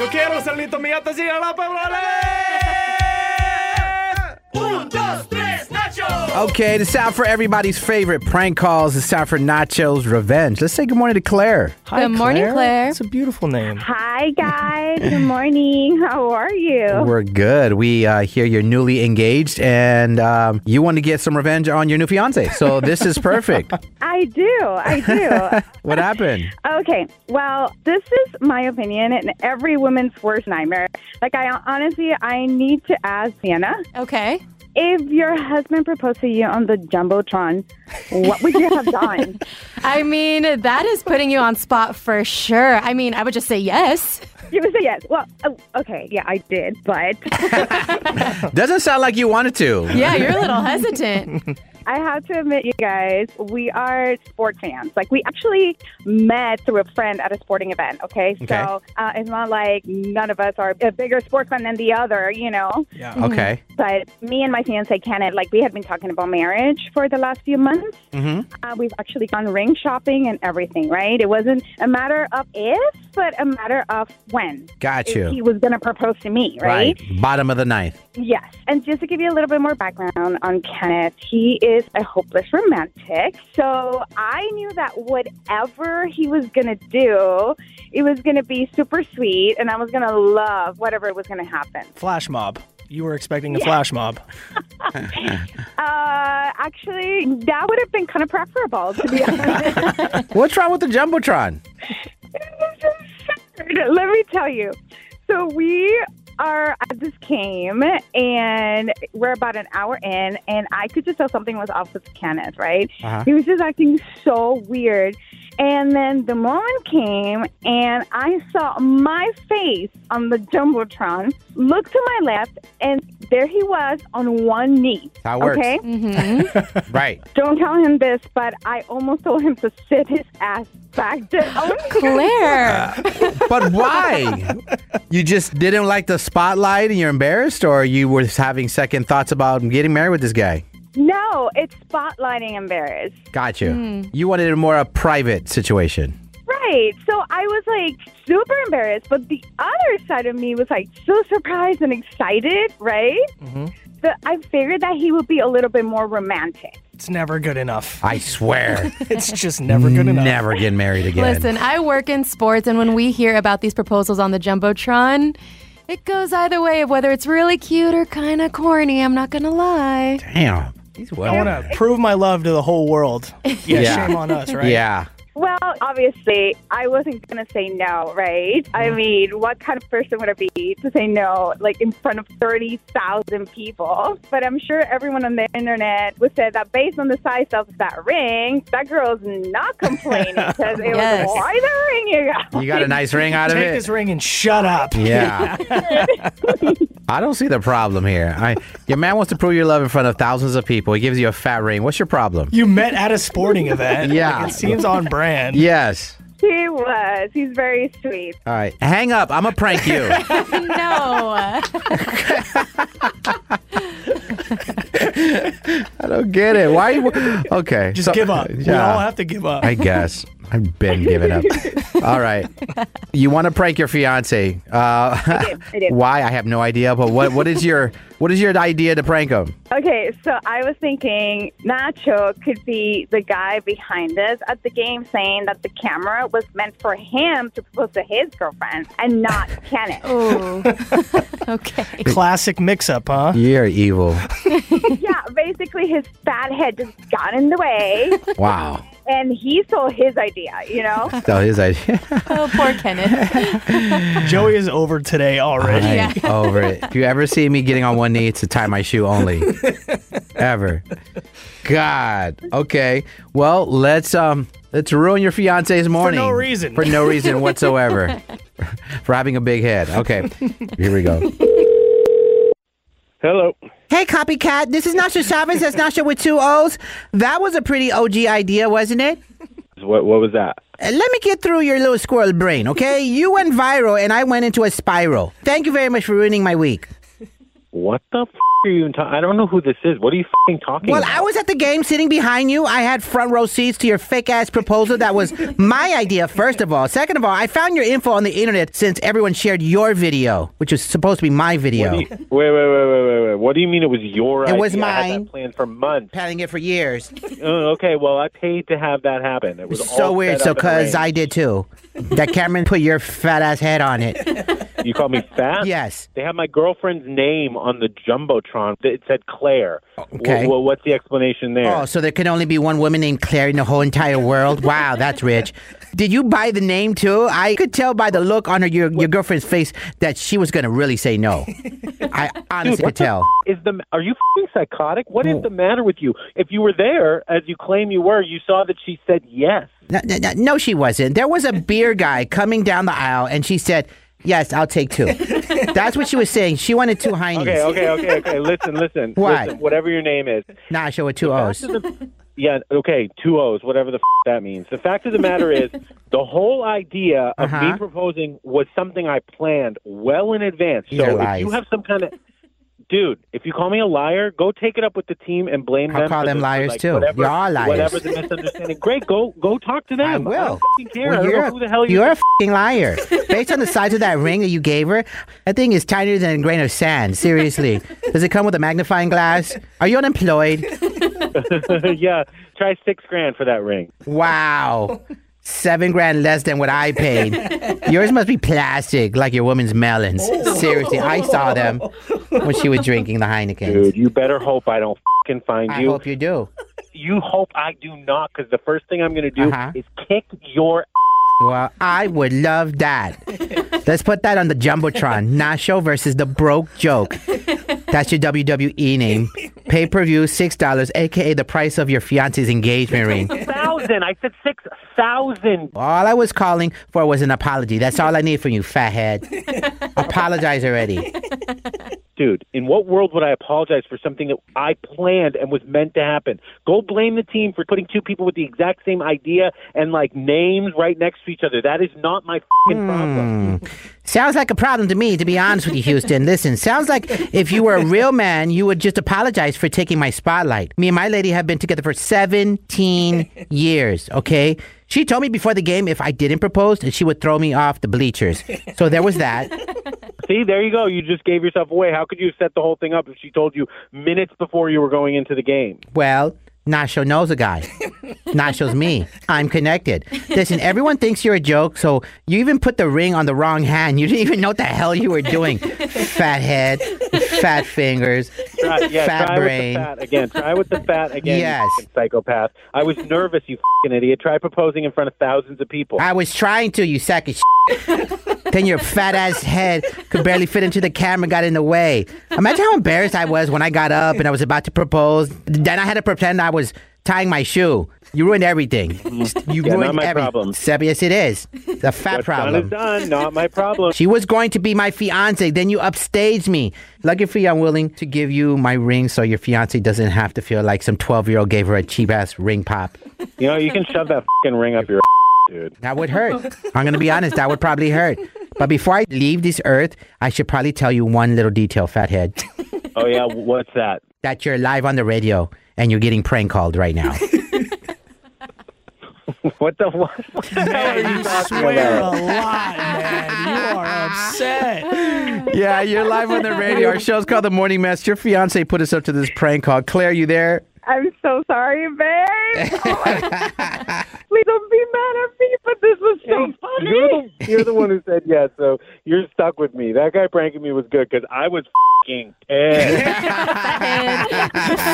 Yo quiero ser listo, mi gata sigue la pebrale. Un, dos, tres, Nacho. Okay, it's time for everybody's favorite prank calls. It's time for Nacho's Revenge. Let's say good morning to Claire. Hi, Good morning, Claire. It's a beautiful name. Hi, guys. Good morning. How are you? We're good. We uh, hear you're newly engaged and um, you want to get some revenge on your new fiance. So this is perfect. I do. I what happened? do. okay. Well, this is my opinion and every woman's worst nightmare. Like, I honestly, I need to ask Sienna Okay. if your husband proposed to you on the Jumbotron, what would you have done? I mean, that is putting you on spot for sure. I mean, I would just say yes. You would say yes. Well, oh, okay. Yeah, I did. But Doesn't sound like you wanted to. Yeah, you're a little hesitant. I have to admit, you guys, we are sport fans. Like, we actually met through a friend at a sporting event, okay? Okay. So uh, it's not like none of us are a bigger sports fan than the other, you know? Okay. But me and my fiance, Kenneth, like, we had been talking about marriage for the last few months. Uh, we've actually gone ring shopping and everything, right? It wasn't a matter of if, but a matter of when. Got If He you. was going to propose to me, right? Bottom of the ninth. Yes. And just to give you a little bit more background on Kenneth, he is a hopeless romantic. So I knew that whatever he was going to do, it was going to be super sweet and I was going to love whatever was going to happen. Flash mob. You were expecting a flash mob. Uh, actually, that would have been kind of preferable, to be honest. What's wrong with the Jumbotron? It was absurd. Let me tell you. So we are. I just came, and we're about an hour in, and I could just tell something was off with Kenneth. Right? Uh-huh. He was just acting so weird. And then the moment came, and I saw my face on the jumbotron. Look to my left, and there he was on one knee. How it works. Okay, Right. don't tell him this, but I almost told him to sit his ass back down. Claire. But why? you just didn't like the spotlight and you're embarrassed, or you were having second thoughts about getting married with this guy? No, it's spotlighting embarrassed. Got you. Hmm. You wanted a more a private situation. Right. So I was like super embarrassed, but the other side of me was like so surprised and excited, right? So I figured that he would be a little bit more romantic. It's never good enough. I swear. It's just never good enough. Never get married again. Listen, I work in sports, and when we hear about these proposals on the Jumbotron, it goes either way of whether it's really cute or kind of corny. I'm not going to lie. Damn. He's well. I want to prove my love to the whole world. Yeah, Yeah. shame on us, right? Yeah. Well, obviously, I wasn't going to say no, right? I mean, what kind of person would I be to say no, like in front of 30,000 people? But I'm sure everyone on the internet would say that based on the size of that ring, that girl's not complaining because it Yes. was a wider ring you got. You got a nice ring out of Take it. this ring and shut up. yeah. I don't see the problem here. I, your man wants to prove your love in front of thousands of people. He gives you a fat ring. What's your problem? You met at a sporting event. Yeah. Like, it seems on brand. Yes. He was. He's very sweet. All right. Hang up. I'm going to prank you. no. I don't get it. Why? Okay. Just so- give up. We all have to give up. I guess. I've been giving up. All right. You want to prank your fiance. Uh, I did. Why? I have no idea. But what, what is your what is your idea to prank him? Okay, so I was thinking Nacho could be the guy behind us at the game saying that the camera was meant for him to propose to his girlfriend and not Kenneth. Ooh. okay. Classic mix up, huh? You're evil. Yeah, basically his fat head just got in the way Wow. and he stole his idea, you know? So his idea. Oh, poor Kenneth. Joey is over today already. I'm over it. If you ever see me getting on one knee, it's to tie my shoe only. ever. God. Okay. Well, let's um let's ruin your fiance's morning reason. For no reason whatsoever. for having a big head. Okay. Here we go. Hello. Hey, copycat. This is Nasha Chavez. That's Nasha with two O's. That was a pretty OG idea, wasn't it? What what was that? Uh, Let me get through your little squirrel brain, okay? You went viral and I went into a spiral. Thank you very much for ruining my week. What the f- are you? Ta- I don't know who this is. What are you f***ing talking Well, about? I was at the game sitting behind you. I had front row seats to your fake ass proposal. That was my idea, first of all. Second of all, I found your info on the internet since everyone shared your video, which was supposed to be my What video. do you- wait, wait, wait, wait, wait, wait. What do you mean it was your It idea? was I had mine. that planned for months. Padding it for years. Oh, okay, well, I paid to have that happen. It was So all weird. set So, up and cuz I arranged. did too. That Cameron put your fat ass head on it. You call me fat? Yes. They had my girlfriend's name on the Jumbotron. It said Claire. Oh, Okay. Wh- wh- what's the explanation there? Oh, so there can only be one woman named Claire in the whole entire world? Wow, that's rich. Did you buy the name too? I could tell by the look on her your, your girlfriend's face that she was gonna really say no. I honestly could tell. is the are you fing psychotic? What is the matter with you? If you were there, as you claim you were, you saw that she said yes. No, no, no, no, she wasn't. There was a beer guy coming down the aisle, and she said, "Yes, I'll take two. That's what she was saying. She wanted two Heineken. Okay, okay, okay, okay. Listen, listen. What? Listen, whatever your name is. Nah, show with two O's. Yeah, okay, two O's, whatever the f- that means. The fact of the matter is, the whole idea of Uh-huh. me proposing was something I planned well in advance. These are so if lies. you have some kind of. Dude, if you call me a liar, go take it up with the team and blame I'll them. call for them the- for, liars, like, too. Whatever, You're all liars. Whatever the misunderstanding. Great, go go talk to them. I I will. don't fucking care. Well, I you're don't know who the hell you you're a fing liar. Based on the size of that ring that you gave her, that thing is tinier than a grain of sand. Seriously, does it come with a magnifying glass? Are you unemployed? yeah, try six grand for that ring. Wow. Seven grand less than what I paid. Yours must be plastic, like your woman's melons. Seriously, I saw them when she was drinking the Heineken. Dude, you better hope I don't fucking find I you. hope you do. you hope I do not, because the first thing I'm going to do Uh-huh. is kick your Well, I would love that. Let's put that on the jumbotron. Nacho versus the broke joke. That's your WWE name. Pay per view six dollars, aka the price of your fiance's engagement ring. thousand. I said six thousand. All I was calling for was an apology. That's all I need from you, fathead. Apologize already. Dude, in what world would I apologize for something that I planned and was meant to happen? Go blame the team for putting two people with the exact same idea and like names right next to each other. That is not my fucking problem. Sounds like a problem to me, to be honest with you, Houston. Listen, sounds like if you were a real man, you would just apologize for taking my spotlight. Me and my lady have been together for 17 years, okay? She told me before the game if I didn't propose, she would throw me off the bleachers. So there was that. See, there you go. You just gave yourself away. How could you have set the whole thing up if she told you minutes before you were going into the game? Well, Nacho knows a guy. Nacho's me. I'm connected. Listen, everyone thinks you're a joke, so you even put the ring on the wrong hand. You didn't even know what the hell you were doing. fat head, fat fingers. Try, yeah, Fat try brain. with the fat again. Try with the fat again. Yes. You fucking psychopath. I was nervous, you fucking idiot. Try proposing in front of thousands of people. I was trying to, you sack of shit. then your fat ass head could barely fit into the camera, got in the way. Imagine how embarrassed I was when I got up and I was about to propose. Then I had to pretend I was tying my shoe. You ruined everything. You Yeah, not ruined my every- problem. Seb, yes, it is. It's a fat What's problem. done is done. Not my problem. She was going to be my fiance. Then you upstaged me. Lucky for you, I'm willing to give you my ring so your fiance doesn't have to feel like some 12 year old gave her a cheap ass ring pop. You know, you can shove that fucking ring up your dude. That would hurt. I'm going to be honest, that would probably hurt. But before I leave this earth, I should probably tell you one little detail, fathead. Oh yeah, what's that? That you're live on the radio and you're getting prank called right now. What the what? Man, you swear a lot, man. You are upset. yeah, you're live on the radio. Our show's called The Morning Mess. Your fiance put us up to this prank call. Claire, you there? I'm so sorry, babe. Oh my- Please don't be mad at me, but this was so funny. You're the, you're the one who said yes, so you're stuck with me. That guy pranking me was good because I was fucking pissed.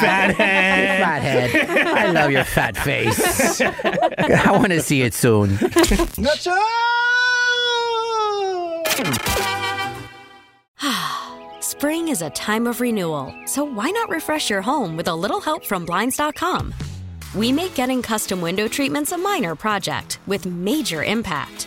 Fathead. Fathead. I love your fat face. I want to see it soon. Spring is a time of renewal, so why not refresh your home with a little help from Blinds.com? We make getting custom window treatments a minor project with major impact.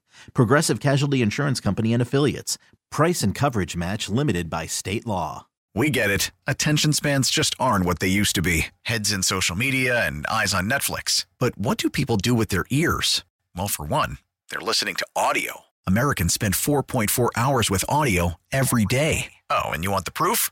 Progressive Casualty Insurance Company and Affiliates. Price and coverage match limited by state law. We get it. Attention spans just aren't what they used to be heads in social media and eyes on Netflix. But what do people do with their ears? Well, for one, they're listening to audio. Americans spend 4.4 hours with audio every day. Oh, and you want the proof?